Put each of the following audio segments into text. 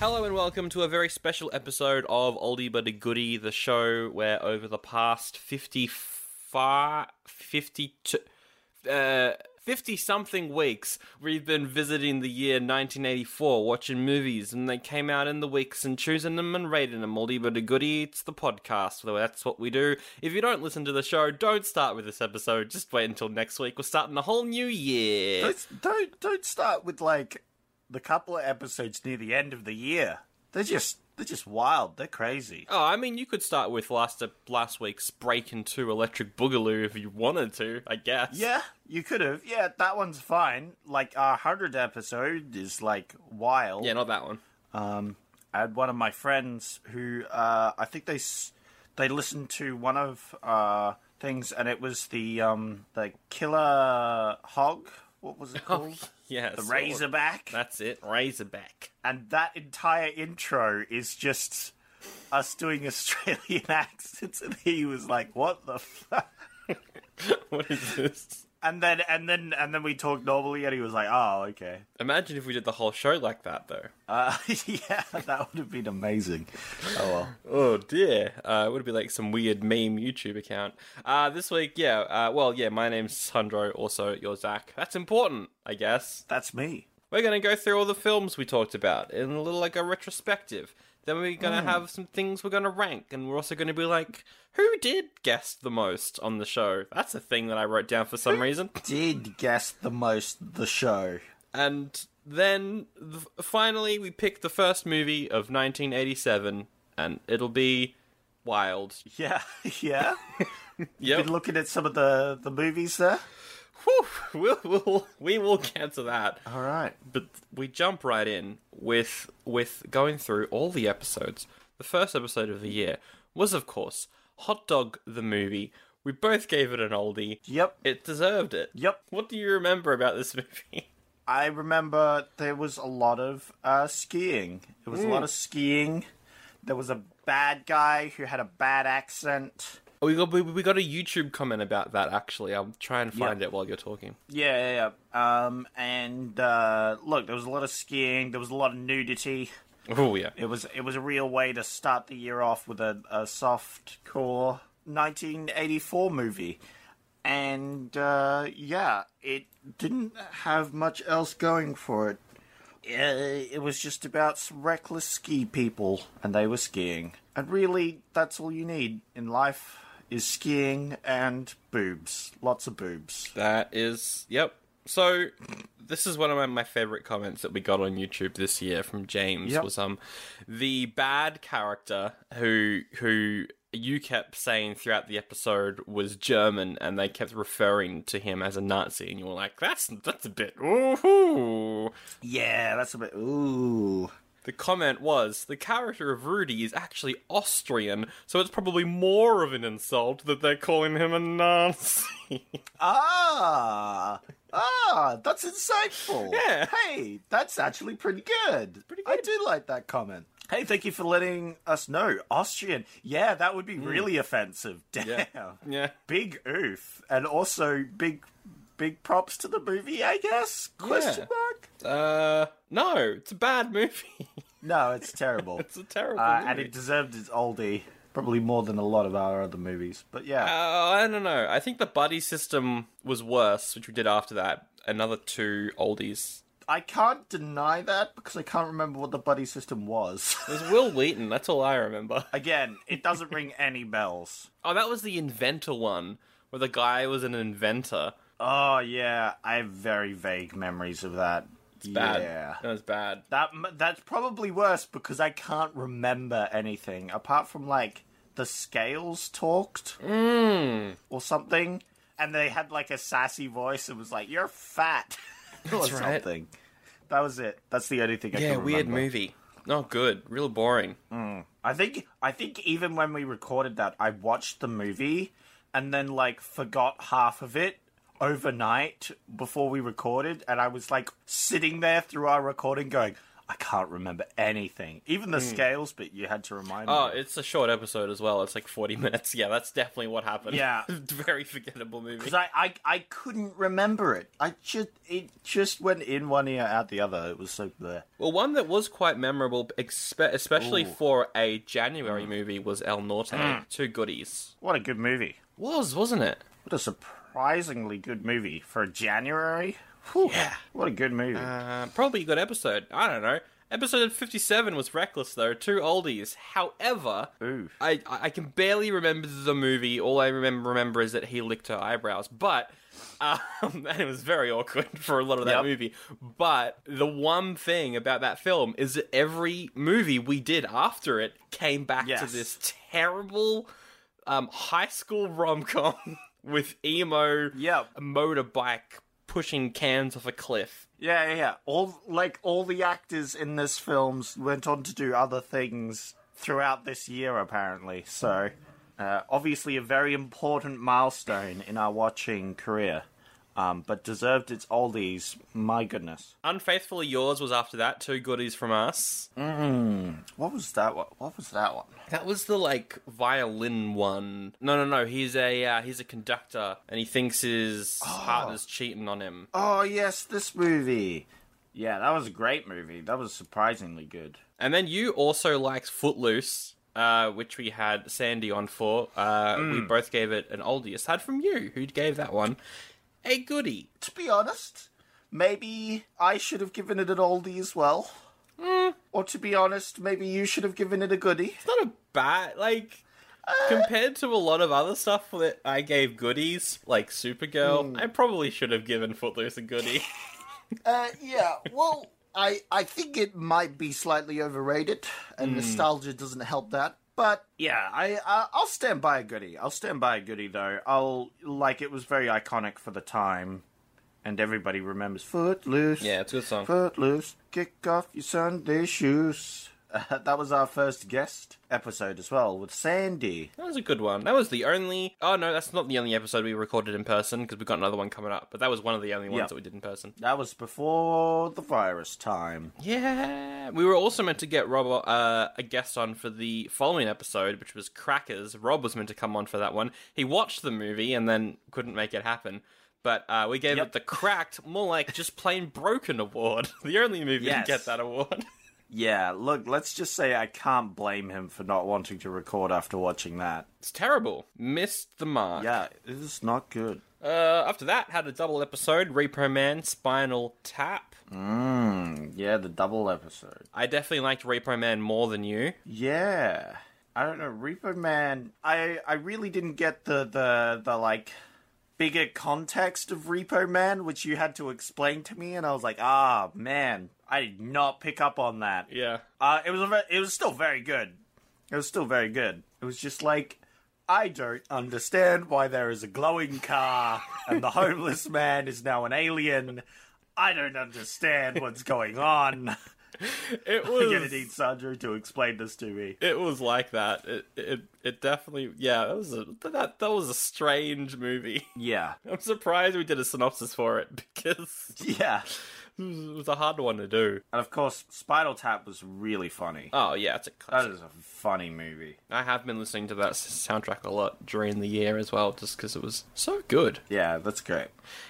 Hello and welcome to a very special episode of Oldie But a Goodie, the show where over the past 55, 52, uh, 50 something weeks, we've been visiting the year 1984, watching movies, and they came out in the weeks and choosing them and rating them. Oldie But a Goodie, it's the podcast, so that's what we do. If you don't listen to the show, don't start with this episode, just wait until next week. We're starting a whole new year. Don't, don't don't start with like the couple of episodes near the end of the year. They're just they're just wild. They're crazy. Oh, I mean, you could start with last uh, last week's Break Into Electric Boogaloo if you wanted to, I guess. Yeah, you could have. Yeah, that one's fine. Like our hundred episode is like wild. Yeah, not that one. Um, I had one of my friends who uh, I think they s- they listened to one of uh things, and it was the um the killer hog. What was it called? Yeah, the sort of. Razorback. That's it, Razorback. and that entire intro is just us doing Australian accents, and he was like, "What the?" Fuck? what is this? And then and then and then we talked normally, and he was like, "Oh, okay." Imagine if we did the whole show like that, though. Uh, yeah, that would have been amazing. Oh well. Oh dear, uh, it would be like some weird meme YouTube account. Uh, this week, yeah, uh, well, yeah, my name's Sandro, also your Zach. That's important, I guess. That's me. We're going to go through all the films we talked about in a little like a retrospective. Then we're going to have some things we're going to rank, and we're also going to be like, who did guest the most on the show? That's a thing that I wrote down for some reason. Did guess the most the show. And then th- finally, we picked the first movie of 1987, and it'll be wild. Yeah, yeah. Yep. Been looking at some of the the movies there. Whew, we'll, we'll, we will get to that. All right. but we jump right in with with going through all the episodes. The first episode of the year was, of course, Hot Dog the movie. We both gave it an oldie. Yep. It deserved it. Yep. What do you remember about this movie? I remember there was a lot of uh, skiing. There was a lot of skiing. There was a bad guy who had a bad accent. We got we, we got a YouTube comment about that actually. I'll try and find it while you're talking. Yeah, yeah, yeah. Um, and uh, look, there was a lot of skiing. There was a lot of nudity. Oh yeah. It was it was a real way to start the year off with a, a soft core 1984 movie, and uh, yeah, it didn't have much else going for it. Uh, It was just about some reckless ski people, and they were skiing. And really, that's all you need in life is skiing and boobs, lots of boobs. That is, yep. So, this is one of my, my favorite comments that we got on YouTube this year from James Yep. was um the bad character who who you kept saying throughout the episode was German, and they kept referring to him as a Nazi, and you were like, "That's that's a bit." Ooh. Yeah, that's a bit ooh. The comment was the character of Rudy is actually Austrian, so it's probably more of an insult that they're calling him a Nazi. Ah, ah, that's insightful. Yeah. Hey, that's actually pretty good. Pretty good. I do like that comment. Hey, thank you for letting us know. Austrian. Yeah, that would be really offensive. Damn. Mm. yeah. Big oof. And also big big props to the movie, I guess? Question mark? Uh, no, it's a bad movie. No, it's terrible. It's a terrible uh, movie. and it deserved its oldie. Probably more than a lot of our other movies. But yeah. Uh, I don't know. I think the buddy system was worse, which we did after that. Another two oldies. I can't deny that because I can't remember what the buddy system was. It was Will Wheaton. That's all I remember. Again, it doesn't ring any bells. Oh, that was the inventor one, where the guy was an inventor. Oh yeah, I have very vague memories of that. Bad. Yeah. That was bad. That m- that's probably worse because I can't remember Mm. anything apart from like the scales talked or something and they had like a sassy voice and was like, "You're fat," or That's right. something. That was it. That's the only thing I Yeah, can weird remember. Hmm. movie. Not good. Real boring. I think I think even when we recorded that, I watched the movie and then like forgot half of it overnight before we recorded, and I was like sitting there through our recording going, I can't remember anything, even the scales. But you had to remind Hmm. Oh, me. it's a short episode as well. It's like 40 minutes. Yeah, that's definitely what happened. Yeah. Very forgettable movie. Because I, I, I couldn't remember it. I just it just went in one ear out the other. It was so bleh. Well, one that was quite memorable, expe- especially for a January movie, was El Norte. Two goodies. What a good movie! Mm. Was, wasn't it? What a surprisingly good movie for January. Whew. Yeah, what a good movie. Uh, probably a good episode. I don't know. Episode 57 was reckless, though. Two oldies. However, Ooh. I, I I can barely remember the movie. All I remember, remember is that he licked her eyebrows. But, um, and it was very awkward for a lot of that Yep. movie. But the one thing about that film is that every movie we did after it came back to Yes. this terrible um, high school rom com with emo Yep. motorbike pushing cans off a cliff. Yeah, yeah, yeah. All like all the actors in this films went on to do other things throughout this year, apparently. So, uh, obviously, a very important milestone in our watching career, um, but deserved its oldies. My goodness, Unfaithfully Yours was after that. Two goodies from us. what was that one? What was that one? That was the like violin one. No, no, no. He's a uh, he's a conductor, and he thinks his partner's cheating on him. Oh yes, this movie. Yeah, that was a great movie. That was surprisingly good. And then you also liked Footloose, uh, which we had Sandy on for. Uh, We both gave it an oldie, aside from you, who gave that one a goodie. To be honest, maybe I should have given it an oldie as well. Or to be honest, maybe you should have given it a goodie. It's not a bad like. Compared to a lot of other stuff that I gave goodies, like Supergirl, I probably should have given Footloose a goodie. Uh, yeah, well, I I think it might be slightly overrated, and nostalgia doesn't help that. But Hmm. yeah, I, I I'll stand by a goodie. I'll stand by a goodie though. I'll like it was very iconic for the time, and everybody remembers Footloose. yeah, it's a good song. Footloose, kick off your Sunday shoes. Uh, that was our first guest episode as well with Sandy. That was a good one. That was the only. Oh no, that's not the only episode we recorded in person because we've got another one coming up. But that was one of the only ones Yeah. that we did in person. That was before the virus time. Yeah, we were also meant to get Rob uh, a guest on for the following episode, which was Crackers. Rob was meant to come on for that one. He watched the movie and then couldn't make it happen. But uh, we gave Yep. it the cracked, more like just plain broken award. The only movie Yes. to get that award. Yeah, look, let's just say I can't blame him for not wanting to record after watching that. It's terrible. Missed the mark. Yeah, it is not good. Uh, after that, had a double episode: Repo Man, Spinal Tap. Hmm, Yeah, the double episode. I definitely liked Repo Man more than you. Yeah. I don't know, Repo Man I I really didn't get the the the like bigger context of Repo Man which you had to explain to me and I was like, "Ah, man, I did not pick up on that." Yeah. Uh, it was a ve- it was still very good. It was still very good. It was just like I don't understand why there is a glowing car and the homeless man is now an alien. I don't understand what's going on. It I'm gonna was need Sandro to explain this to me. it was like that. It it, it definitely yeah, that was a that that was a strange movie. Yeah, I'm surprised we did a synopsis for it because yeah. it was, it was a hard one to do. And of course, Spinal Tap was really funny. Oh yeah, it's a That classic. is a funny movie. I have been listening to that s- soundtrack a lot during the year as well just cuz it was so good. Yeah, that's great.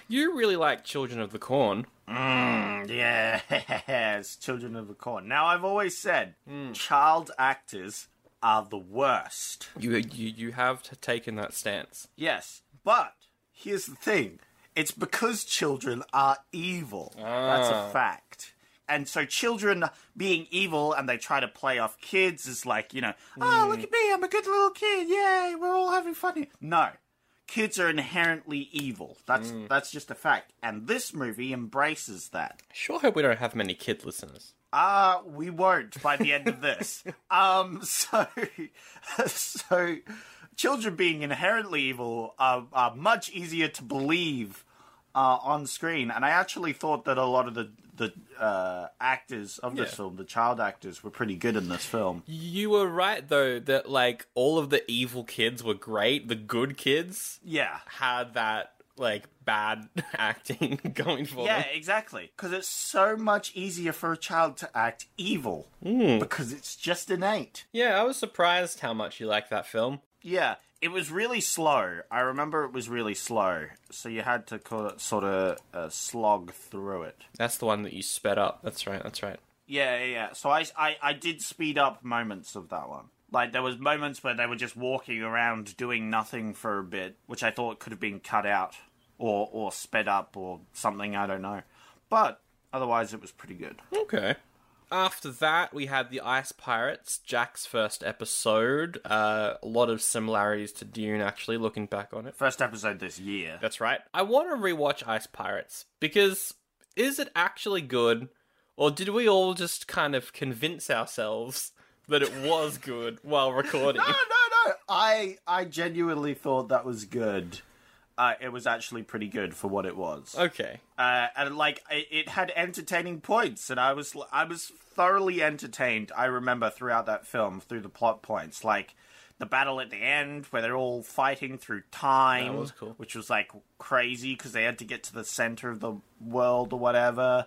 You really like Children of the Corn. Yeah, it's Children of the Corn. Now, I've always said child actors are the worst. You you you have t- taken that stance. Yes, but here's the thing it's because children are evil. That's a fact. And so, children being evil and they try to play off kids is like, you know, oh, look at me, I'm a good little kid. Yay, we're all having fun here. No. Kids are inherently evil. That's that's just a fact. And this movie embraces that. Sure hope we don't have many kid listeners. Uh, we won't by the end of this. um, so, so children being inherently evil are, are much easier to believe uh, on screen, and I actually thought that a lot of the the uh, actors of this Yeah. film, the child actors, were pretty good in this film. You were right though that like all of the evil kids were great. The good kids Yeah. had that like bad acting going for Yeah, them. exactly. Because it's so much easier for a child to act evil Hmm. because it's just innate. Yeah, I was surprised how much you liked that film. Yeah, it was really slow. I remember it was really slow, so you had to co- sort of uh, slog through it. That's the one that you sped up. That's right. That's right. Yeah, yeah, yeah. So I, I, I did speed up moments of that one. Like there was moments where they were just walking around doing nothing for a bit, which I thought could have been cut out or or sped up or something. I don't know, but otherwise it was pretty good. Okay. After that, we had the Ice Pirates, Jack's first episode. Uh, a lot of similarities to Dune, actually, looking back on it. First episode this year. That's right. I want to rewatch Ice Pirates because is it actually good, or did we all just kind of convince ourselves that it was good while recording? No, no, no. I I genuinely thought that was good. Uh, it was actually pretty good for what it was. Okay. uh, and like it, it had entertaining points, and I was I was thoroughly entertained. I remember throughout that film through the plot points, like the battle at the end where they're all fighting through time, That was cool. which was like crazy because they had to get to the center of the world or whatever.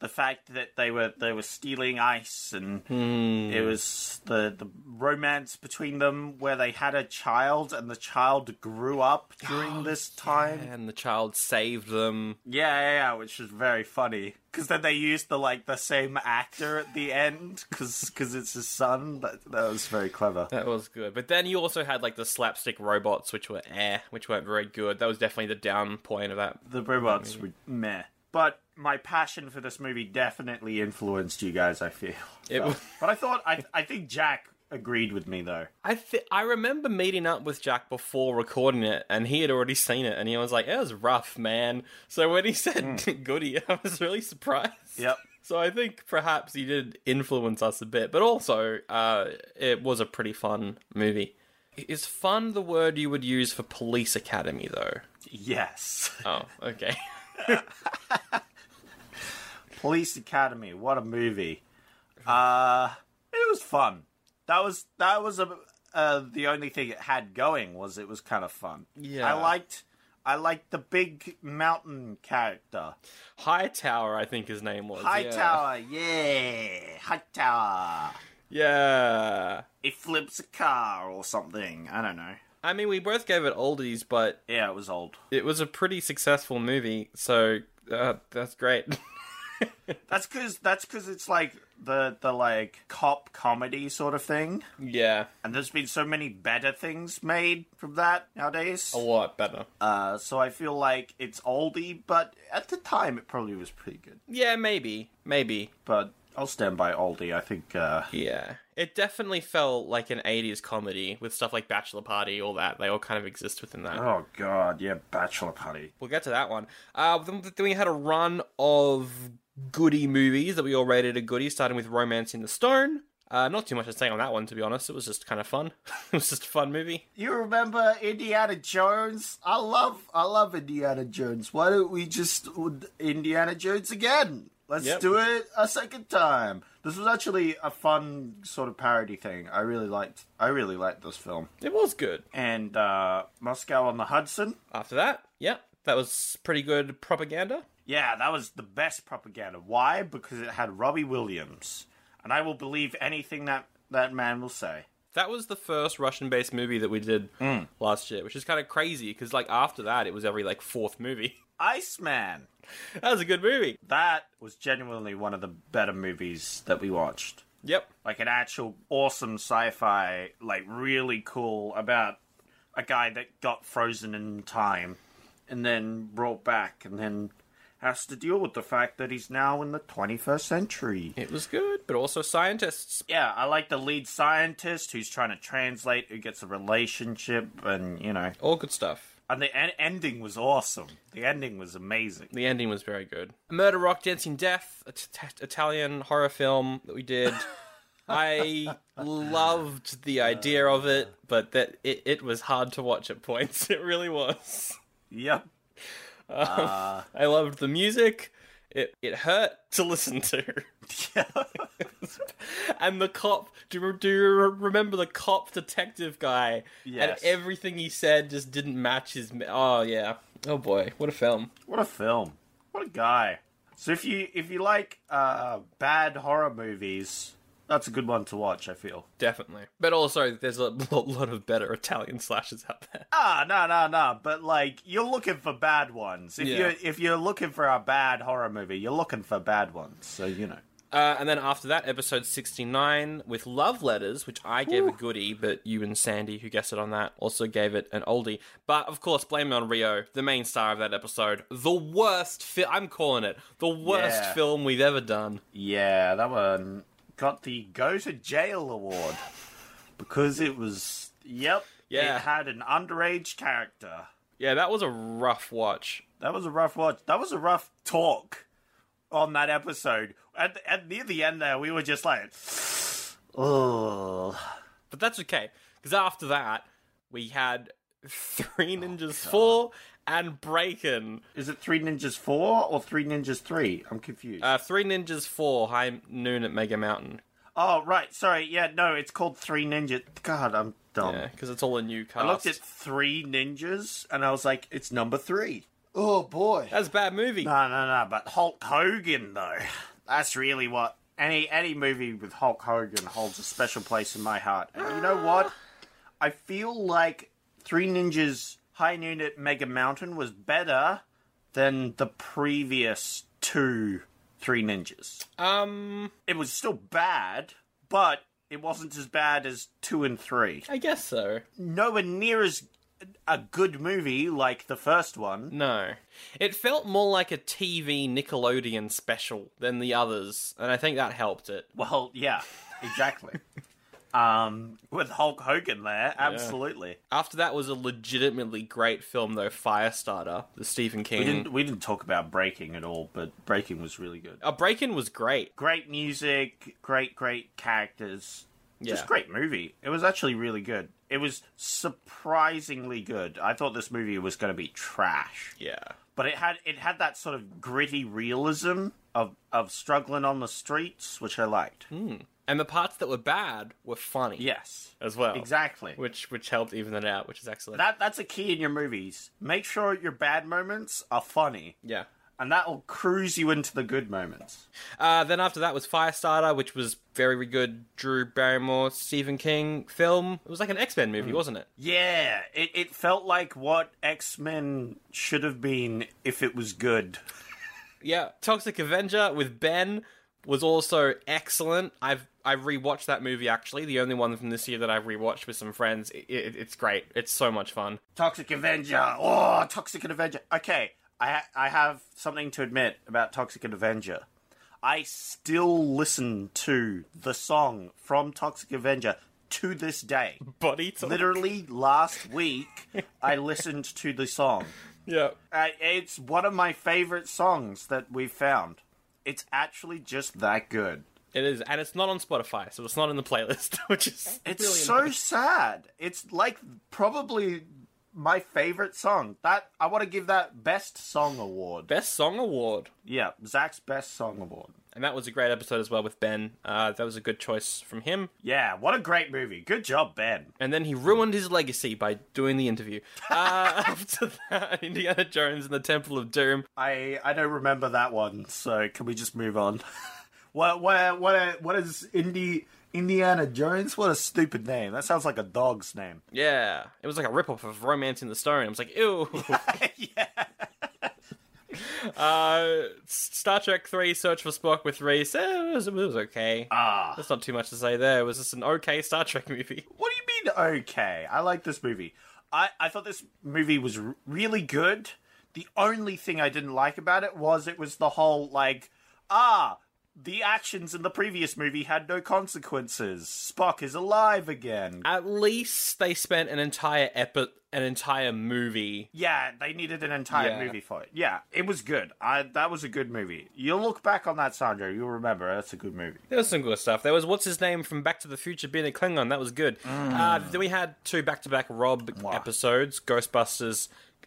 The fact that they were they were stealing ice, and Hmm. it was the the romance between them where they had a child, and the child grew up Oh, during this time. And the child saved them. Yeah, yeah, yeah, which was very funny because then they used the like the same actor at the end because it's his son. That, that was very clever. That was good. But then you also had like the slapstick robots, which were eh, which weren't very good. That was definitely the down point of that. The robots were meh, but my passion for this movie definitely influenced you guys. I feel, It was. but I thought I I think Jack agreed with me though. I th- I remember meeting up with Jack before recording it, and he had already seen it, and he was like, "It was rough, man." So when he said "goody," I was really surprised. Yep. So I think perhaps he did influence us a bit, but also uh, it was a pretty fun movie. Is fun the word you would use for police academy though? Yes, Oh, okay. Police Academy. What a movie. Uh, it was fun. That was that was a, uh, the only thing it had going was it was kind of fun. Yeah. I liked I liked the big mountain character. Hightower, I think his name was. Hightower, yeah, Hightower. Yeah. yeah. He flips a car or something. I don't know. I mean, we both gave it oldies, but Yeah, it was old. it was a pretty successful movie, so uh, that's great. That's cause that's cause it's like the the like cop comedy sort of thing. yeah, And there's been so many better things made from that nowadays. a lot better. Uh, so I feel like it's oldie, but at the time it probably was pretty good. Yeah, maybe, maybe. But I'll stand by oldie. I think. Uh, Yeah, it definitely felt like an '80s comedy with stuff like Bachelor Party, all that. They all kind of exist within that. oh God, yeah, bachelor party. We'll get to that one. Uh, then then we had a run of goody movies that we all rated a goody, starting with Romance in the Stone. Uh, not too much to say on that one, to be honest. It was just kind of fun. it was just a fun movie. You remember Indiana Jones? I love, I love Indiana Jones. Why don't we just Indiana Jones again? Let's Yep. do it a second time. This was actually a fun sort of parody thing. I really liked. I really liked this film. It was good. And uh, Moscow on the Hudson. After that, yeah, that was pretty good propaganda. Yeah, that was the best propaganda. Why? Because it had Robbie Williams, and I will believe anything that that man will say. That was the first Russian-based movie that we did last year, which is kind of crazy because like after that, it was every like fourth movie. Iceman. that was a good movie. That was genuinely one of the better movies that we watched. Yep. Like an actual awesome sci-fi, like really cool about a guy that got frozen in time and then brought back and then has to deal with the fact that he's now in the 21st century. It was good, but also scientists. yeah, I like the lead scientist who's trying to translate, who gets a relationship, and you know, All good stuff. And the en- ending was awesome. The ending was amazing. The ending was very good. Murder Rock, Dancing Death, a t- t- Italian horror film that we did. I loved the idea of it, but that it, it was hard to watch at points. It really was. Yep. I loved the music. It it hurt to listen to. and the cop. Do you, do you remember the cop detective guy? Yes. And everything he said just didn't match his. ma- Oh yeah. Oh boy, what a film. What a film. What a guy. So if you if you like uh, bad horror movies, that's a good one to watch. I feel. Definitely. But also, there's a lo- lot of better Italian slashes out there. Ah, no, no, no. But like, you're looking for bad ones. If Yeah. you're if you're looking for a bad horror movie, you're looking for bad ones. So you know. Uh, and then after that, episode 69 with Love Letters, which I gave a goodie, but you and Sandy, who guessed it on that, also gave it an oldie. But of course, blame it on Rio, the main star of that episode. The worst film, I'm calling it, the worst Yeah. film we've ever done. Yeah, that one got the Go to Jail award because it was. Yep. Yeah. It had an underage character. Yeah, that was a rough watch. That was a rough watch. That was a rough talk on that episode. At, at near the end there, we were just like, oh, But that's okay, because after that, we had Three Ninjas 4 and Breakin'. is it Three Ninjas Four or Three Ninjas Three? I'm confused. Uh, Three Ninjas 4, High Noon at Mega Mountain. oh right, sorry. Yeah, no, it's called Three Ninjas. God, I'm dumb. Yeah, because it's all a new cast. I looked at Three Ninjas and I was like, it's number three. Oh boy. That's a bad movie. No, no, no. But Hulk Hogan though, that's really what any any movie with Hulk Hogan holds a special place in my heart. And you know what? I feel like Three Ninjas High Noon at Mega Mountain was better than the previous two Three Ninjas. Um, It was still bad, but it wasn't as bad as two and three. I guess so. Nowhere near as a good movie like the first one. No. It felt more like a TV Nickelodeon special than the others, and I think that helped it. Well, yeah, exactly. um, with Hulk Hogan there, absolutely. After that was a legitimately great film, though Firestarter, the Stephen We King. didn't we didn't talk about Breaking at all, but Breaking was really good. A Break In was great. Oh. Great music, great great characters. Yeah. Just great movie. It was actually really good. It was surprisingly good. I thought this movie was going to be trash, Yeah. but it had it had that sort of gritty realism of of struggling on the streets, which I liked. And the parts that were bad were funny. Yes, As well. exactly. Which which helped even it out, which is excellent. That that's a key in your movies. Make sure your bad moments are funny, yeah. and that will cruise you into the good moments. Uh, then after that was Firestarter, which was very good Drew Barrymore, Stephen King film. It was like an X Men movie, wasn't it? Yeah, it it felt like what X Men should have been if it was good. Yeah, Toxic Avenger with Ben was also excellent. I've I rewatched that movie actually, the only one from this year that I've rewatched with some friends. I it, it's great. It's so much fun. Toxic Avenger. Oh, Toxic Avenger. Okay, I ha- I have something to admit about Toxic Avenger. I still listen to the song from Toxic Avenger to this day. Body talk. Literally last week, I listened to the song. Yeah. Uh, it's one of my favorite songs that we've found. It's actually just that good. It is, and it's not on Spotify, so it's not in the playlist, which is It's really so annoying. sad. It's like probably my favorite song. That I want to give that best song award. best song award. yeah, Zach's best song award. And that was a great episode as well with Ben. Uh, that was a good choice from him. Yeah, what a great movie. Good job, Ben. And then he ruined his legacy by doing the interview. Uh, after that, Indiana Jones and the Temple of Doom. I I don't remember that one. So can we just move on? what what what what is Indy Indiana Jones? What a stupid name. That sounds like a dog's name. Yeah, it was like a ripoff of Romance in the Stone. I was like, ew. yeah. Uh, Star Trek 3 Search for Spock with Reese. eh, it, was, it was okay. Ah. That's not too much to say there. It was just an okay Star Trek movie. What do you mean okay? I like this movie. I, I thought this movie was r- really good. The only thing I didn't like about it was it was the whole like ah The actions in the previous movie had no consequences. Spock is alive again. At least they spent an entire epi- an entire movie. Yeah, they needed an entire Yeah. movie for it. Yeah, it was good. I that was a good movie. You'll look back on that, Sandro. You'll remember that's a good movie. There was some good stuff. There was what's his name from Back to the Future being a Klingon. That was good. Uh, then we had two back to back Rob episodes, Ghostbusters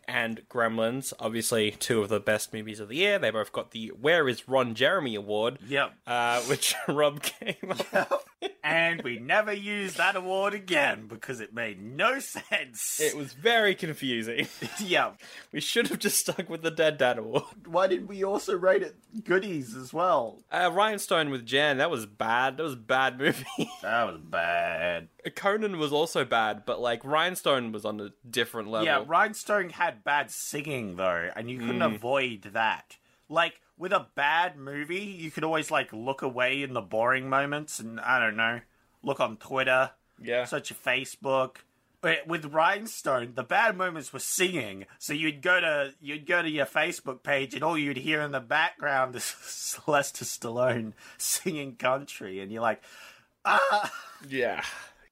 and Gremlins. Obviously, two of the best movies of the year. They both got the Where Is Ron Jeremy award. Yep. Uh, which Rob came up and we never used that award again because it made no sense. It was very confusing. yeah. we should have just stuck with the Dead Dad Award. Why did we also rate it goodies as well? Uh, Rhinestone with Jan, that was bad. That was a bad movie. That was bad. Conan was also bad, but like Rhinestone was on a different level. Yeah, Rhinestone had bad singing though, and you couldn't avoid that. Like with a bad movie, you could always like look away in the boring moments, and I don't know, look on Twitter, Yeah. search your Facebook. But with Rhinestone, the bad moments were singing, so you'd go to you'd go to your Facebook page, and all you'd hear in the background is Sylvester Stallone singing country, and you're like, yeah.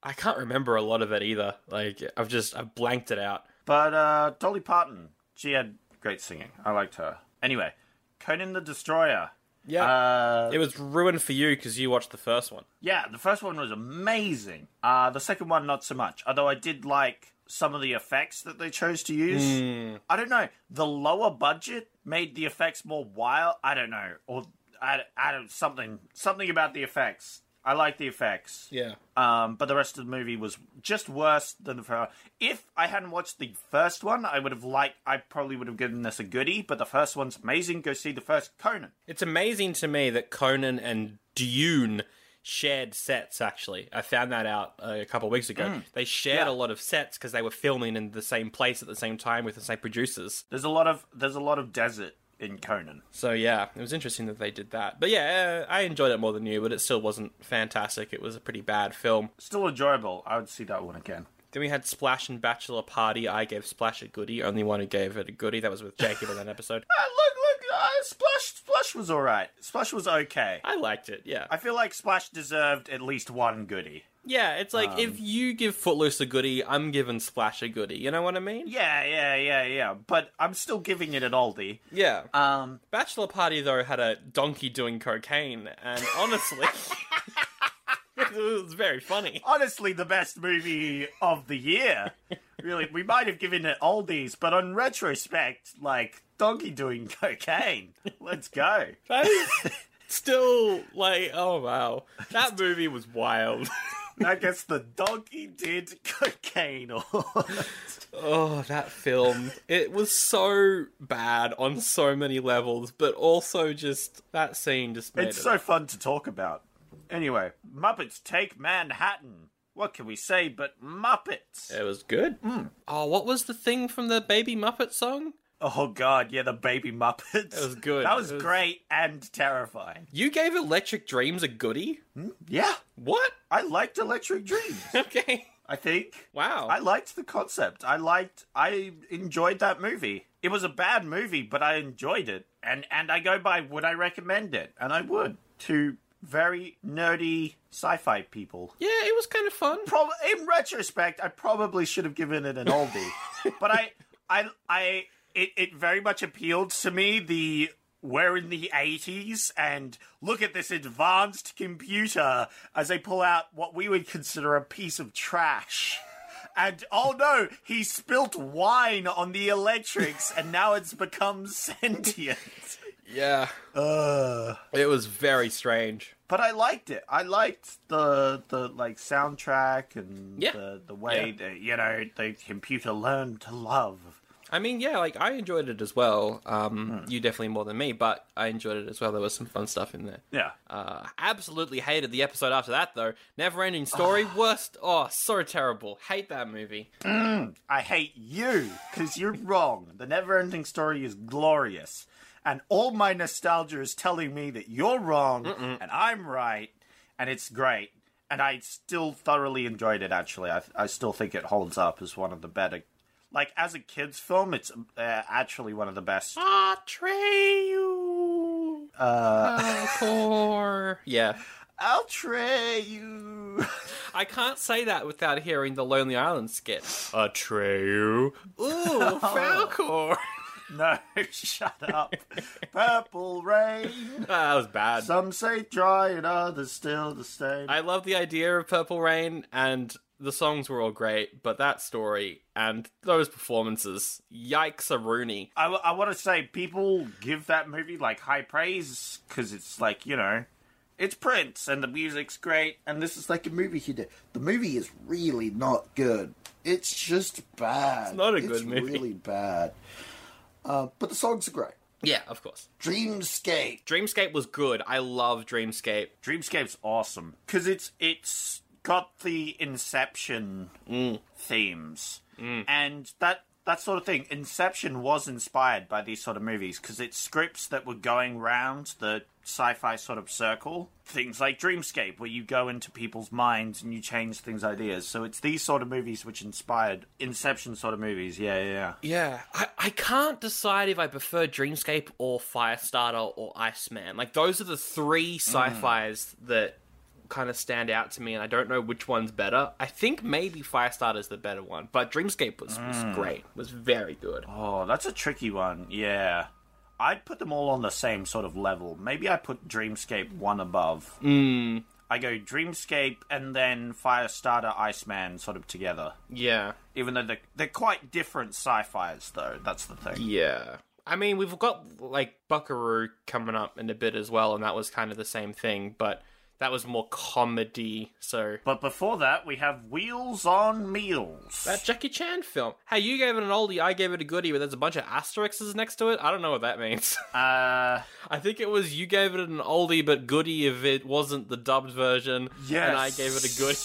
I can't remember a lot of it either. Like I've just I've blanked it out. But uh, Dolly Parton, she had great singing. I liked her. Anyway, Conan the Destroyer. Uh, it was ruined for you because you watched the first one. yeah, the first one was amazing. Uh, the second one, not so much. Although I did like some of the effects that they chose to use. I don't know. The lower budget made the effects more wild. I don't know, or I, I don't something something about the effects. I like the effects. Yeah. Um, but the rest of the movie was just worse than the first. If I hadn't watched the first one, I would have liked. I probably would have given this a goodie. But the first one's amazing. Go see the first Conan. It's amazing to me that Conan and Dune shared sets actually. I found that out uh, a couple of weeks ago. They shared Yeah. a lot of sets because they were filming in the same place at the same time with the same producers. There's a lot of there's a lot of desert in Conan. So yeah, it was interesting that they did that. But yeah, uh, I enjoyed it more than you, but it still wasn't fantastic. It was a pretty bad film. Still enjoyable. I would see that one again. Then we had Splash and Bachelor Party. I gave Splash a goodie. Only one who gave it a goodie. That was with Jacob in that episode. Ah, look, look. Uh, Splash, Splash was all right. Splash was okay. I liked it. Yeah, I feel like Splash deserved at least one goodie. yeah. It's like Um, if you give Footloose a goodie, I'm giving Splash a goodie. You know what I mean? Yeah, yeah, yeah, yeah. But I'm still giving it an oldie. Yeah. Um, Bachelor Party though had a donkey doing cocaine, and honestly, it was very funny. honestly the best movie of the year. Really, we might have given it oldies, but on retrospect, like donkey doing cocaine. Let's go. That is still like, oh wow, that movie was wild. I guess the donkey did cocaine. Or Oh, that film. It was so bad on so many levels, but also just that scene just made it's it. so fun to talk about. Anyway, Muppets take Manhattan. What can we say but Muppets? it was good. Mm. Oh, what was the thing from the Baby Muppet song? Oh God, yeah, the baby Muppets. That was good. That was, It was- great and terrifying. You gave Electric Dreams a goodie? Yeah, What? I liked Electric Dreams. Okay. I think. Wow. I liked the concept. I liked I enjoyed that movie. It was a bad movie, but I enjoyed it. And and I go by would I recommend it? And I would to very nerdy sci-fi people. yeah, it was kind of fun. Prob- in retrospect, I probably should have given it an oldie. but I I I it, it very much appealed to me the we're in the 80s and look at this advanced computer as they pull out what we would consider a piece of trash. And oh no, he spilt wine on the electrics and now it's become sentient. Yeah. Ugh. It was very strange. but I liked it. I liked the the like soundtrack and Yeah. the the way that you know the computer learned to love. I mean, yeah, like I enjoyed it as well. Um, Hmm. You definitely more than me, but I enjoyed it as well. There was some fun stuff in there. Yeah, Uh, absolutely hated the episode after that though. Never ending story, worst. Oh, so terrible. Hate that movie. I hate you because you're wrong. The never-ending story is glorious, and all my nostalgia is telling me that you're wrong and I'm right, and it's great. And I still thoroughly enjoyed it. Actually, I I still think it holds up as one of the better. Like as a kids' film, it's uh, actually one of the best. Uh, Atreyu. Uh, Sure. Yeah. I'll tray you. I can't say that without hearing the Lonely Island skit. Atreyu. Ooh, Falcor. no, shut up. Purple rain. Ah, that was bad. Some say dry and others still the same. I love the idea of Purple Rain, and the songs were all great, but that story and those performances, yikes a Rooney. I, want to say people give that movie like high praise because it's like you know, it's Prince and the music's great, and this is like a movie he did. The movie is really not good. It's just bad. It's not a good movie. Really bad. Uh, but the songs are great. Yeah, of course. Dreamscape. Dreamscape was good. I love Dreamscape. Dreamscape's awesome because it's it's got the Inception themes and that that sort of thing. Inception was inspired by these sort of movies because it's scripts that were going round the sci-fi sort of circle. Things like Dreamscape, where you go into people's minds and you change things ideas. So it's these sort of movies which inspired Inception sort of movies. Yeah, yeah, yeah. Yeah. I, I can't decide if I prefer Dreamscape or Firestarter or Iceman. Like, those are the three sci fis that kind of stand out to me, and I don't know which one's better. I think maybe Firestarter's the better one, but Dreamscape was, was great, was very good. Oh, that's a tricky one. Yeah. I'd put them all on the same sort of level. Maybe I put Dreamscape one above. I go Dreamscape and then Firestarter, Iceman sort of together. Yeah. Even though they're, they're quite different sci fis, though. That's the thing. Yeah. I mean, we've got like Buckaroo coming up in a bit as well, and that was kind of the same thing, but that was more comedy. So But before that, we have Wheels on Meals. that Jackie Chan film. Hey, you gave it an oldie, I gave it a goodie, but there's a bunch of asterisks next to it. I don't know what that means. Uh, I think it was you gave it an oldie but goodie if it wasn't the dubbed version. Yes. And I gave it a goodie.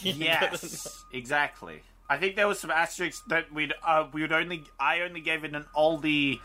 You got an- yes, exactly. I think there was some asterisks that we'd uh, we would only I only gave it an oldie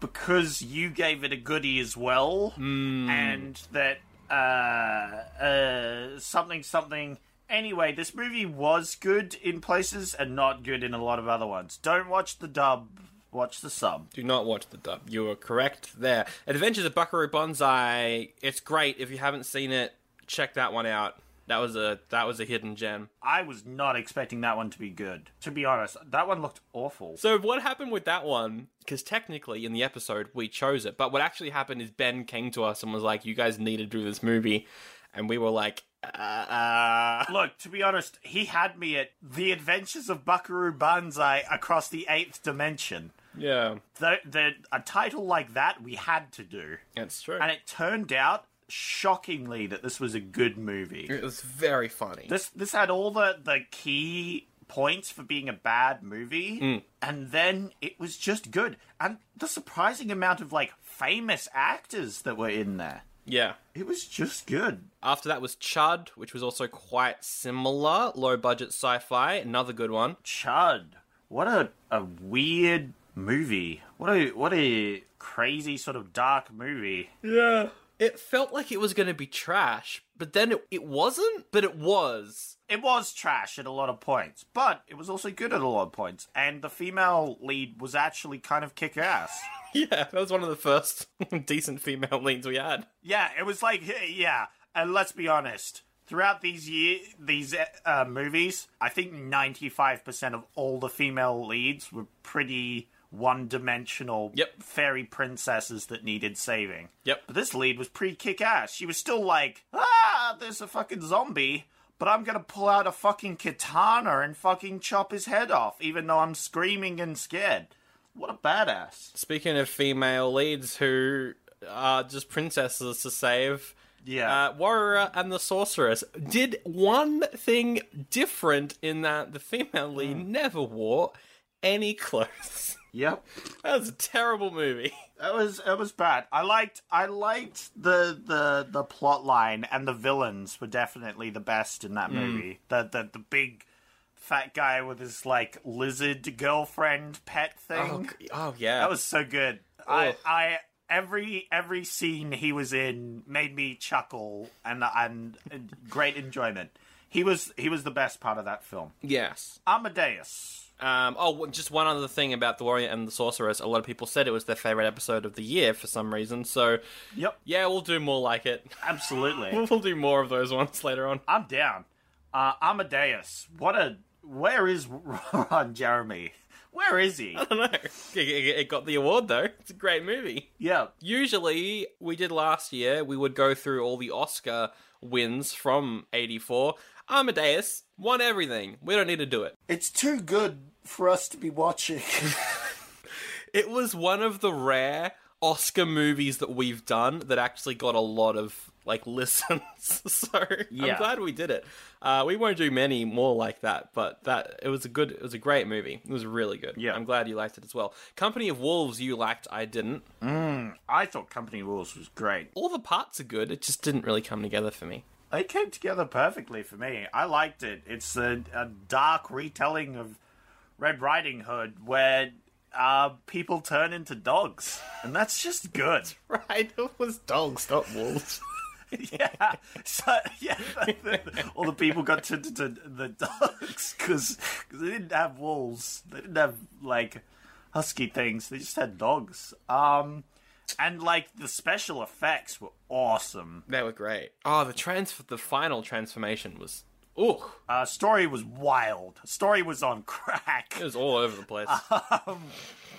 because you gave it a goodie as well, and that uh, uh, something something. Anyway, this movie was good in places and not good in a lot of other ones. Don't watch the dub, watch the sub. Do not watch the dub. You are correct there. Adventures of Buckaroo Banzai. It's great. If you haven't seen it, check that one out. That was a that was a hidden gem. I was not expecting that one to be good. To be honest, that one looked awful. So what happened with that one? Because technically in the episode we chose it, but what actually happened is Ben came to us and was like, "You guys need to do this movie," and we were like, "Uh, uh Look, to be honest, he had me at The Adventures of Buckaroo Banzai Across the Eighth Dimension. yeah, The, the, a title like that we had to do. that's true." And it turned out, shockingly, that this was a good movie. it was very funny. This, this had all the, the key points for being a bad movie, and then it was just good. And the surprising amount of, like, famous actors that were in there. yeah. It was just good. After that was Chud, which was also quite similar, low budget sci-fi, another good one. Chud. What a a weird movie. What a what a crazy sort of dark movie. Yeah. It felt like it was going to be trash, but then it, it wasn't, but it was. It was trash at a lot of points, but it was also good at a lot of points. And the female lead was actually kind of kick ass. Yeah, that was one of the first decent female leads we had. yeah, it was like yeah. And let's be honest. Throughout these year these uh, movies, I think ninety five percent of all the female leads were pretty one dimensional Yep. fairy princesses that needed saving. Yep. But this lead was pretty kick ass. She was still like, ah, there's a fucking zombie, but I'm gonna pull out a fucking katana and fucking chop his head off, even though I'm screaming and scared. What a badass. Speaking of female leads who are just princesses to save, Yeah. uh, Warrior and the Sorceress did one thing different in that the female lead never wore any clothes. yep. that was a terrible movie. That was it was bad. I liked I liked the the the plot line and the villains were definitely the best in that movie. The the the big fat guy with his like lizard girlfriend pet thing. Oh, g- oh, yeah. That was so good. I, Ugh. I every every scene he was in made me chuckle and and great enjoyment. He was he was the best part of that film. Yes. Amadeus. Um, oh, just one other thing about The Warrior and the Sorceress. A lot of people said it was their favorite episode of the year for some reason. So, Yep, yeah, we'll do more like it. absolutely. We'll do more of those ones later on. I'm down. Uh, Amadeus, what a. Where is Ron Jeremy? Where is he? I don't know. It- It it got the award though. It's a great movie. Yeah, Usually, we did last year. We would go through all the Oscar wins from '84. Amadeus won everything. We don't need to do it. it's too good for us to be watching. It was one of the rare Oscar movies that we've done that actually got a lot of like listens. so Yeah. I'm glad we did it. Uh, we won't do many more like that, but that it was a good, it was a great movie. It was really good. Yeah. I'm glad you liked it as well. Company of Wolves, you liked. I didn't. I thought Company Rules was great. All the parts are good. It just didn't really come together for me. It came together perfectly for me. I liked it. It's a, a dark retelling of Red Riding Hood where uh, people turn into dogs, and that's just good. Right, it was dogs, not wolves. Yeah, so yeah, all the people got turned into the dogs because they didn't have wolves. They didn't have like husky things. They just had dogs. Um, and like the special effects were awesome. they were great. Oh, the trans, the final transformation was, ooh, Uh, story was wild. Story was on crack. it was all over the place.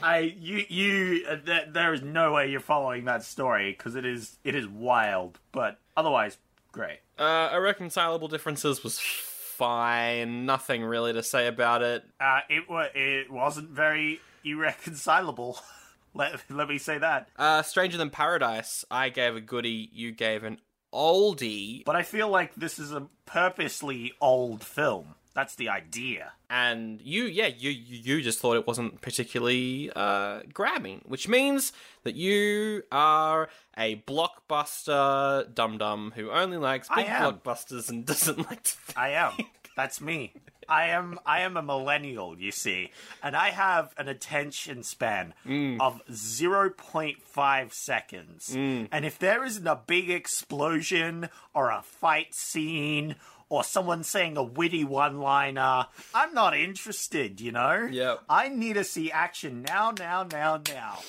I you you uh, th- there is no way you're following that story because it is it is wild, but otherwise great. Uh, Irreconcilable Differences was fine. Nothing really to say about it. Uh, it wa- it wasn't very irreconcilable. let let me say that. Uh, Stranger Than Paradise, I gave a goodie, you gave an oldie, But I feel like this is a purposely old film. That's the idea. and you, yeah, you, you you just thought it wasn't particularly uh, grabbing, which means that you are a blockbuster dum dum who only likes I big am. blockbusters and doesn't like. To I am. That's me. I am I am a millennial, you see, and I have an attention span of 0.5 seconds. And if there isn't a big explosion or a fight scene or someone saying a witty one-liner, I'm not interested, you know? Yep. I need to see action now, now, now, now.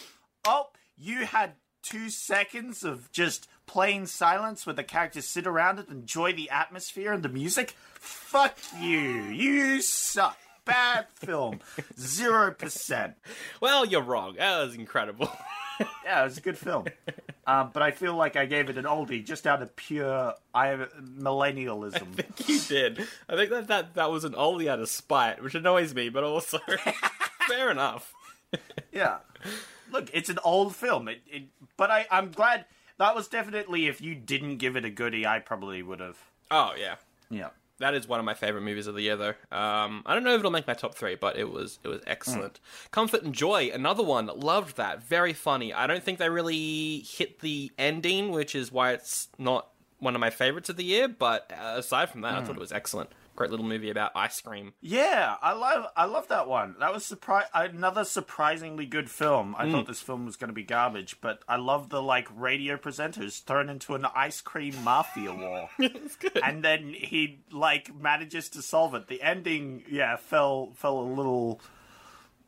Oh, you had two seconds of just plain silence where the characters sit around it, enjoy the atmosphere and the music. Fuck you. You suck. Bad film. Zero percent. well, you're wrong. That was incredible. Yeah, it was a good film. Um, but I feel like I gave it an oldie just out of pure I millennialism. You did. I think that, that that was an oldie out of spite, which annoys me, but also fair enough. Yeah. Look, it's an old film. It, it, but I, I'm glad that was definitely if you didn't give it a goodie, I probably would have. Oh yeah, Yeah. that is one of my favorite movies of the year, though. Um, I don't know if it'll make my top three, but it was it was excellent. Comfort and Joy, another one. Loved that. Very funny. I don't think they really hit the ending, which is why it's not one of my favorites of the year. But uh, aside from that, I thought it was excellent. Great little movie about ice cream. Yeah, I love I love that one. That was surpri- another surprisingly good film. I thought this film was going to be garbage, but I love the like radio presenters thrown into an ice cream mafia war. And then he like manages to solve it. The ending, yeah, fell fell a little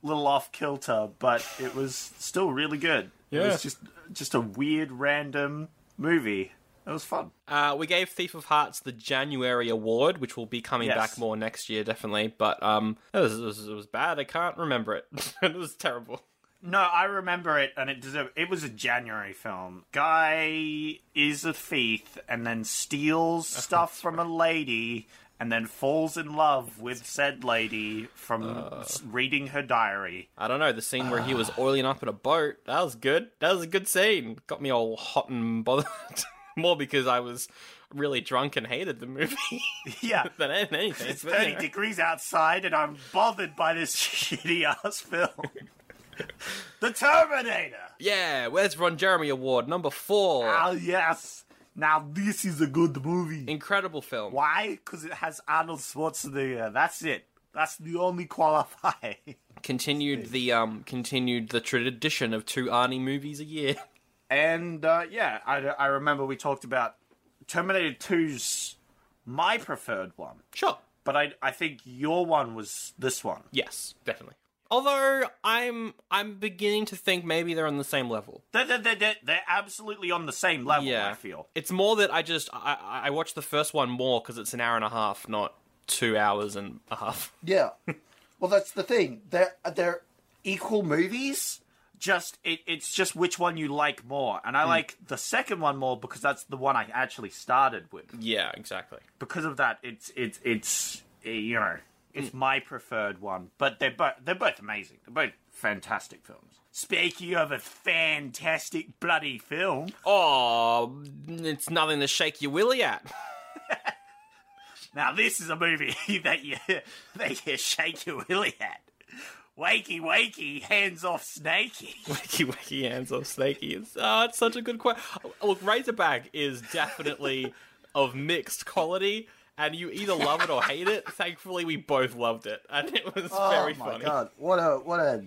little off kilter, but it was still really good. It Yeah. was just just a weird random movie. It was fun. Uh, we gave Thief of Hearts the January award, which will be coming Yes. back more next year, definitely. But um, it was, it was, it was bad. I can't remember it. it was terrible. No, I remember it, and it deserved. It was a January film. Guy is a thief, and then steals stuff from a lady, and then falls in love with said lady from s- reading her diary. I don't know. The scene where he Ah. was oiling up in a boat that was good. That was a good scene. Got me all hot and bothered. more because I was really drunk and hated the movie Yeah, than anything. it's but, you thirty know. degrees outside, and I'm bothered by this shitty ass film. the Terminator. Yeah, where's Ron Jeremy Award number four? Ah, yes. Now this is a good movie. Incredible film. Why? Because it has Arnold Schwarzenegger. That's it. That's the only qualifier. Continued the um continued the tradition of two Arnie movies a year. And uh, yeah, I, I remember we talked about Terminator 2's my preferred one. Sure. But I I think your one was this one. Yes, definitely. Although I'm I'm beginning to think maybe they're on the same level. They're, they're, they're, they're- they're absolutely on the same level, Yeah, I feel. it's more that I just I I- I watched the first one more because it's an hour and a half, not two hours and a half. Yeah. well, that's the thing. They're they're equal movies. Just it, it's just which one you like more. And I like the second one more because that's the one I actually started with. Yeah, exactly. because of that, it's it's it's uh, you know Mm. it's my preferred one. But they're both they're both amazing. They're both fantastic films. Speaking of a fantastic bloody film, Oh, it's nothing to shake your willy at. now this is a movie that you that you shake your willy at. Wakey, wakey, hands off, snaky. Wakey wakey hands off snaky. It's, oh, it's such a good question. Look, Razorback is definitely of mixed quality, and you either love it or hate it. Thankfully, we both loved it, and it was very oh my funny. god! What a what a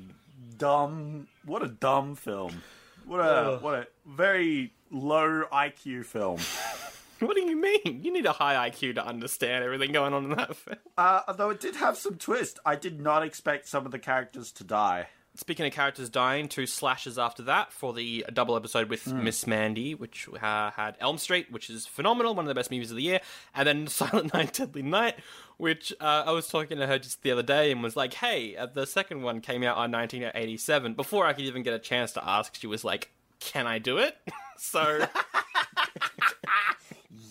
Dumb. What a dumb film. What a what a very low IQ film. What do you mean? You need a high IQ to understand everything going on in that film. Uh, although it did have some twist, I did not expect some of the characters to die. Speaking of characters dying, two slashes after that for the double episode with Miss Mandy, which uh, had Elm Street, which is phenomenal, one of the best movies of the year, and then Silent Night, Deadly Night, which uh, I was talking to her just the other day and was like, hey, uh, the second one came out on 1987. Before I could even get a chance to ask, she was like, can I do it? so,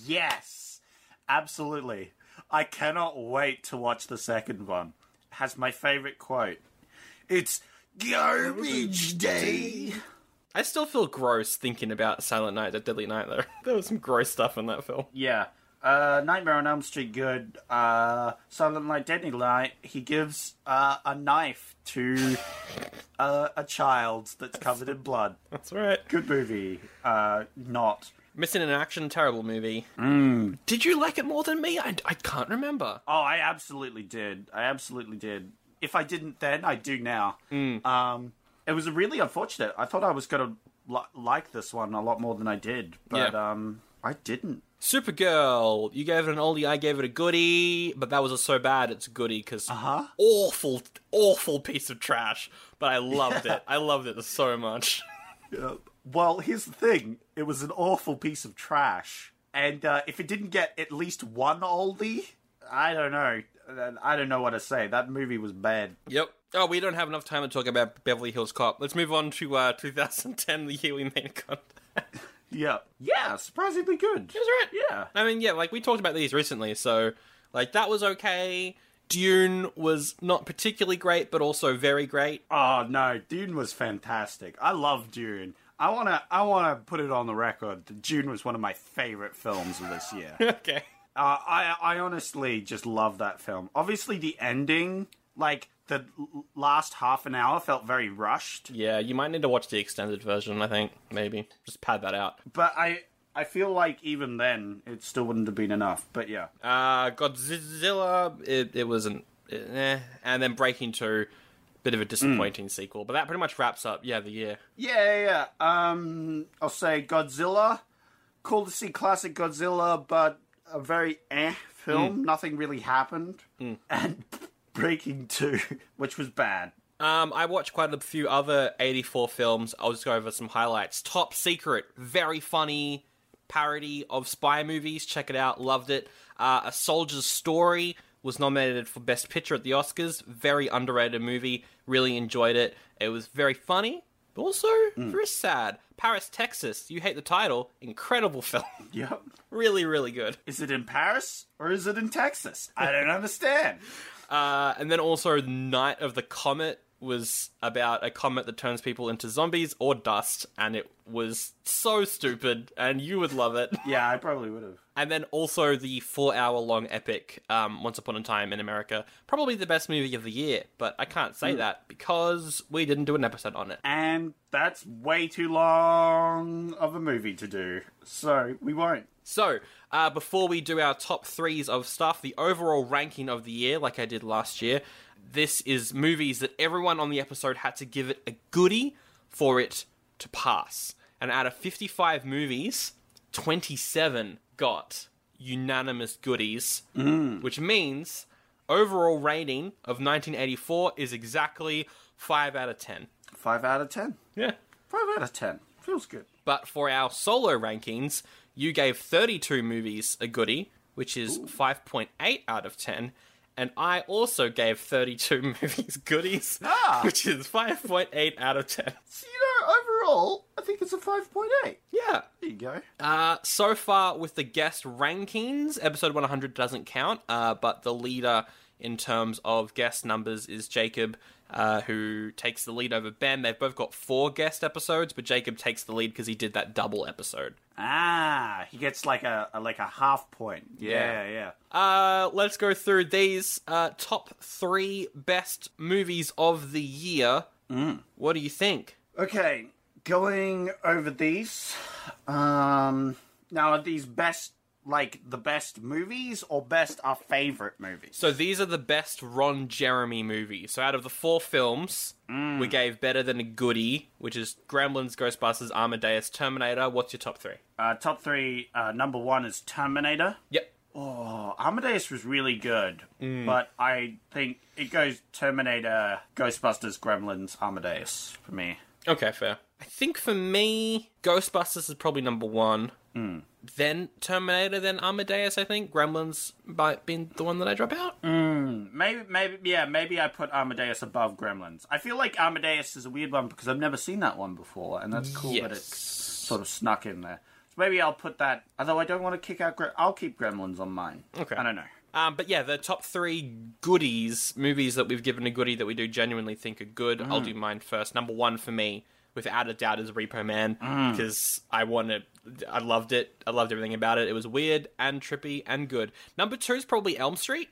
Yes, absolutely. I cannot wait to watch the second one. It has my favorite quote. It's garbage day. I still feel gross thinking about Silent Night, Deadly Night, though. there was some gross stuff in that film. Yeah. Uh, Nightmare on Elm Street, good. Uh, Silent Night, Deadly Night. He gives uh, a knife to uh, a child that's covered in blood. That's right. Good movie. Uh, not. Missing in Action, terrible movie. Did you like it more than me? I, I can't remember. Oh, I absolutely did. I absolutely did. If I didn't then, I do now. Um, it was really unfortunate. I thought I was going to li- like this one a lot more than I did, but Yeah. um, I didn't. Supergirl, you gave it an oldie, I gave it a goodie, but that was a so bad it's a goodie because awful, awful piece of trash. But I loved it. I loved it so much. Uh, well, here's the thing it was an awful piece of trash. And uh, if it didn't get at least one oldie, I don't know. Then I don't know what to say. That movie was bad. Yep. Oh, we don't have enough time to talk about Beverly Hills Cop. Let's move on to uh, 2010, the year we made contact. Yeah. Yeah, surprisingly good. That's right. Yeah. I mean, yeah, like we talked about these recently, so like that was okay. Dune was not particularly great, but also very great. Oh no, Dune was fantastic. I love Dune. I wanna I wanna put it on the record that Dune was one of my favorite films of this year. uh, Okay. I I honestly just love that film. Obviously the ending, like the l- last half an hour felt very rushed, Yeah, you might need to watch the extended version, I think, maybe. Just pad that out. but I I feel like even then it still wouldn't have been enough. But yeah. Uh, Godzilla, it, it wasn't. Eh. And then Breaking 2, bit of a disappointing sequel. But that pretty much wraps up, yeah, the year. Yeah, yeah, yeah. Um, I'll say Godzilla. Cool to see classic Godzilla, but a very eh film. Nothing really happened. And Breaking Two, which was bad. Um, I watched quite a few other 84 films. I'll just go over some highlights. Top Secret, very funny parody of spy movies. Check it out, loved it. Uh, a Soldier's Story was nominated for Best Picture at the Oscars. Very underrated movie, really enjoyed it. It was very funny, but also very sad. Paris, Texas, you hate the title, incredible film. Yep. really, really good. Is it in Paris or is it in Texas? I don't understand. Uh, and then also Night of the Comet was about a comet that turns people into zombies or dust, and it was so stupid, and you would love it. Yeah, I probably would have. And then also the four-hour-long epic um, Once Upon a Time in America, probably the best movie of the year, but I can't say that because we didn't do an episode on it. And that's way too long of a movie to do, so we won't. So, uh, before we do our top threes of stuff, the overall ranking of the year, like I did last year, this is movies that everyone on the episode had to give it a goodie for it to pass. And out of 55 movies, 27 got unanimous goodies, which means overall rating of 1984 is exactly 5 out of 10. Five out of ten. Yeah. Five out of ten. Feels good. But for our solo rankings, you gave 32 movies a goodie, which is 5.8 out of 10. And I also gave 32 movies goodies, Ah. which is 5.8 out of 10. So, you know, overall, I think it's a five point eight. Yeah. There you go. Uh, so far with the guest rankings, episode 100 doesn't count, uh, but the leader in terms of guest numbers is Jacob, uh, who takes the lead over Ben. They've both got four guest episodes, but Jacob takes the lead because he did that double episode. Ah, he gets like a, a like a half point. Yeah, yeah. Uh, let's go through these uh, top three best movies of the year. What do you think? Okay, going over these. Um, now are these best like the best movies or best our favorite movies? So these are the best Ron Jeremy movies. So out of the four films, we gave better than a goodie, which is Gremlins, Ghostbusters, Amadeus, Terminator. What's your top three? Uh, top three. Uh, number one is Terminator. Yep. Oh, Amadeus was really good, but I think it goes Terminator, Ghostbusters, Gremlins, Amadeus for me. Okay, fair. I think for me, Ghostbusters is probably number one. Then Terminator, then Amadeus. I think Gremlins might be the one that I drop out. Maybe, maybe, yeah, maybe I put Amadeus above Gremlins. I feel like Amadeus is a weird one because I've never seen that one before, and that's cool that it's sort of snuck in there. So maybe I'll put that. Although I don't want to kick out. Gre- I'll keep Gremlins on mine. Okay. I don't know. Um, but yeah, the top three goodies, movies that we've given a goodie that we do genuinely think are good. I'll do mine first. Number one for me, without a doubt, is Repo Man because I wanted, I loved it. I loved everything about it. It was weird and trippy and good. Number two is probably Elm Street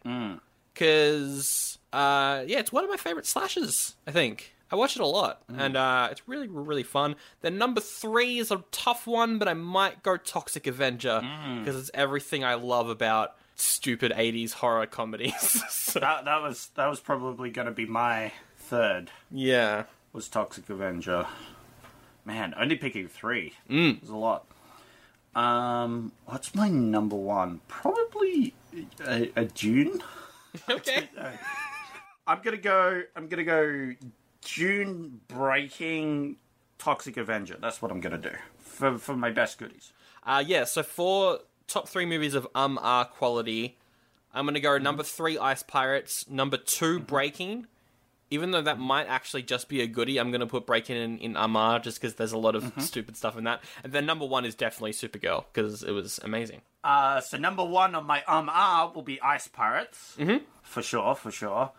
because uh, yeah, it's one of my favorite slashes. I think I watch it a lot, and uh, it's really really fun. Then number three is a tough one, but I might go Toxic Avenger because it's everything I love about stupid '80s horror comedies. So, That that was that was probably going to be my third. yeah, Was Toxic Avenger. Man, only picking three. Mm. was a lot. Um, what's my number one? Probably a, a Dune. okay, I'm gonna go. I'm gonna go. June breaking Toxic Avenger. That's what I'm gonna do for for my best goodies. uh, yeah. So for top three movies of um are quality, I'm gonna go number three Ice Pirates, number 2 Breaking. Even though that might actually just be a goodie, I'm gonna put Breaking in in Amar just because there's a lot of stupid stuff in that. And then number one is definitely Supergirl because it was amazing. Uh, so number one on my um ah will be Ice Pirates for sure, for sure.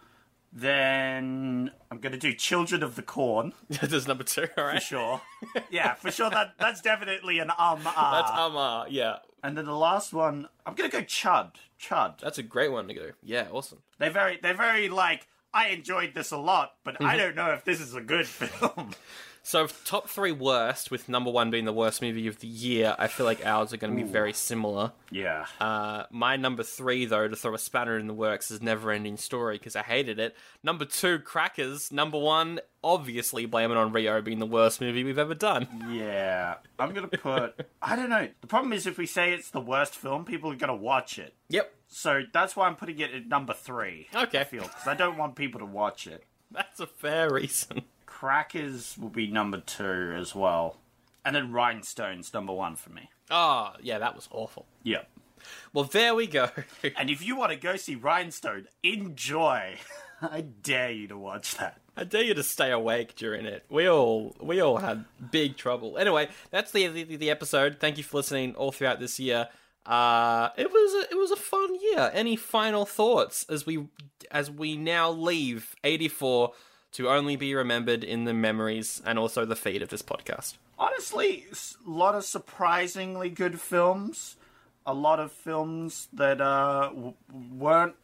Then I'm gonna do Children of the Corn there's number two, all for right. sure. yeah, for sure. That that's definitely an um ah. That's Amar, uh, yeah. and then the last one, I'm gonna go Chud. Chud. That's a great one to go. Yeah, awesome. They're very they're very like. I enjoyed this a lot, but I don't know if this is a good film. So top three worst, with number one being the worst movie of the year, I feel like ours are gonna be very similar. Yeah. Uh, my number three, though, to throw a spanner in the works is Never Ending Story because I hated it. Number two, Crackers. Number one, obviously, Blame It on Rio being the worst movie we've ever done. Yeah, I'm gonna put. I don't know. The problem is if we say it's the worst film, people are gonna watch it. Yep. So that's why I'm putting it at number three. Okay. I feel because I don't want people to watch it. That's a fair reason. Crackers will be number two as well, and then Rhinestones number one for me. Oh, yeah, that was awful. Yep. Well, there we go. And if you want to go see Rhinestone, enjoy. I dare you to watch that. I dare you to stay awake during it. We all we all had big trouble. Anyway, that's the the, the episode. Thank you for listening all throughout this year. Uh, it was a, it was a fun year. Any final thoughts as we as we now leave eighty four to only be remembered in the memories and also the feed of this podcast. honestly, a lot of surprisingly good films. A lot of films that uh, w- weren't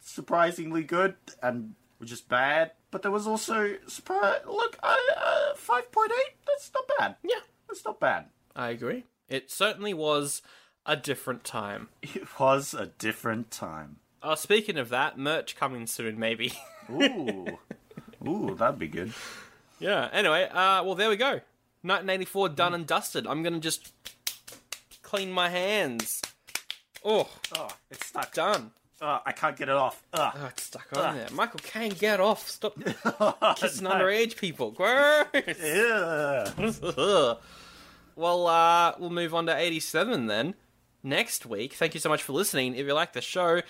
surprisingly good and were just bad. But there was also surprise. Look, I, uh, five point eight. That's not bad. Yeah, That's not bad. I agree. It certainly was a different time. It was a different time. Uh, speaking of that, merch coming soon, maybe. Ooh, ooh, that'd be good. Yeah. Anyway, uh, well, there we go. 1984 done and dusted. I'm gonna just clean my hands. Oh, Oh, it's stuck. done. Ugh, I can't get it off. Ugh. Oh, it's stuck on there. Michael Caine, get off. Stop kissing underage people. Gross. Ugh. Ugh. well, uh, we'll move on to 87 then. Next week. Thank you so much for listening. If you like the show,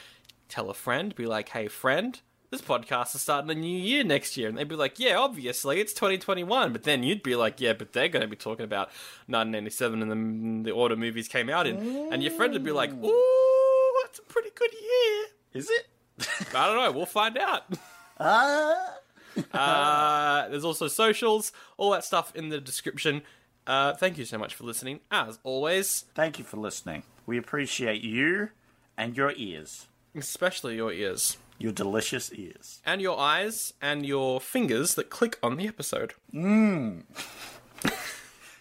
tell a friend. Be like, hey, friend, this podcast is starting a new year next year. And they'd be like, yeah, obviously, it's 2021. But then you'd be like, yeah, but they're going to be talking about 1987 and the, the order movies came out in. And your friend would be like, ooh, that's a pretty good year. Is it? I don't know. We'll find out. Ah. Uh, there's also socials, all that stuff in the description. Uh, thank you so much for listening, as always, Thank you for listening. We appreciate you and your ears, especially your ears your delicious ears. and your eyes and your fingers that click on the episode.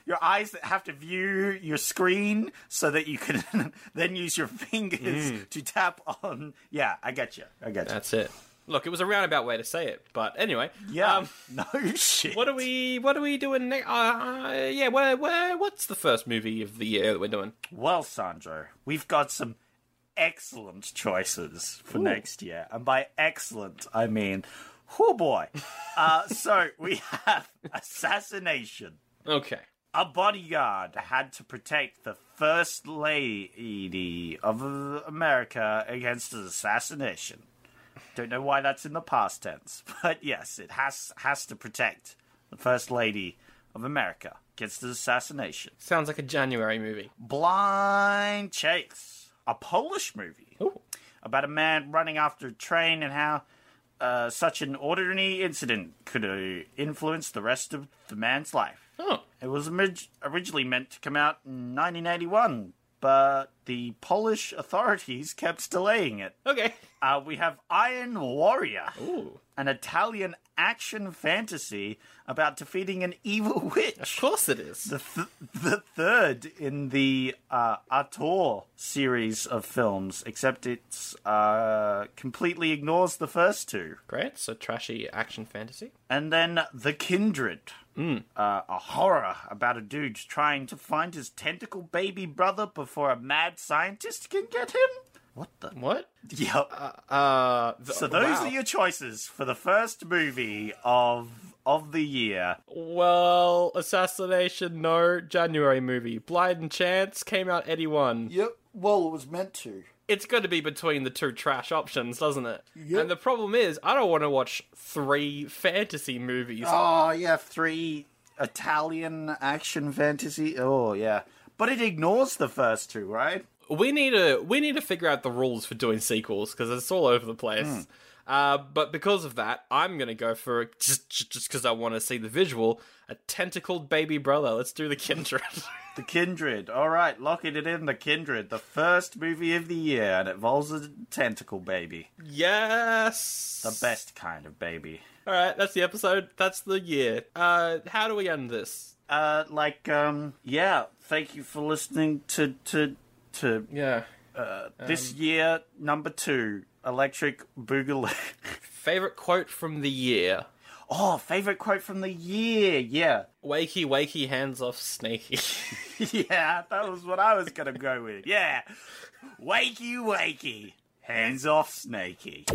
Your eyes that have to view your screen so that you can then use your fingers to tap on. Yeah, I get you. I get you. Mm. That's it. Look, it was a roundabout way to say it, but anyway. yeah. Um, no shit. what are we? What are we doing next? Uh, yeah. Where? Where? What's the first movie of the year that we're doing? Well, Sandro, we've got some excellent choices for next year. And by excellent, I mean, oh boy. uh, so we have Assassination. Okay. A bodyguard had to protect the First Lady of America against an assassination. Don't know why that's in the past tense, but yes, it has has to protect the First Lady of America against an assassination. Sounds like a January movie. Blind Chase, a Polish movie Ooh. about a man running after a train and how uh, such an ordinary incident could uh, influence the rest of the man's life. Oh. It was orig- originally meant to come out in 1981, but the Polish authorities kept delaying it. Okay. Uh, we have Iron Warrior, Ooh. an Italian action fantasy about defeating an evil Of witch. course it is. The, th- the third in the uh, Ator series of films, except it's uh, completely ignores the first two. Great. So trashy action fantasy. And then The Kindred, uh, a horror about a dude trying to find his tentacle baby brother before a mad scientist can get him? What the? What? Yep. Uh, th- so those wow. are your choices for the first movie of of the year. Well, assassination, no January movie. Blind and Chance came out eighty one. Yep. Well, it was meant to. It's got to be between the two trash options, doesn't it? And the problem is, I don't want to watch three fantasy movies. Oh, yeah, three Italian action fantasy. Oh, yeah. But it ignores the first two, right? We need to we need to figure out the rules for doing sequels because it's all over the place. Hmm. Uh, but because of that, I'm gonna go for just just because I want to see the visual. A tentacled baby brother. Let's do the kindred. The Kindred. All right, locking it in. The Kindred, the first movie of the year, and it involves a tentacle baby. yes. The best kind of baby. All right, that's the episode. That's the year. Uh, how do we end this? Uh, like, um, yeah. Thank you for listening to to to Yeah. this year number two, Electric Boogaloo. Favorite quote from the year. oh, favorite quote from the year. Yeah, Wakey, wakey, hands off, sneaky. yeah. That was what I was gonna go with. Yeah, wakey, wakey. Hands off, snaky.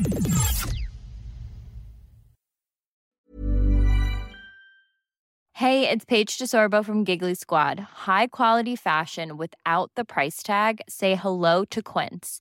Hey, it's Paige DeSorbo from Giggly Squad. High quality fashion without the price tag. Say hello to Quince.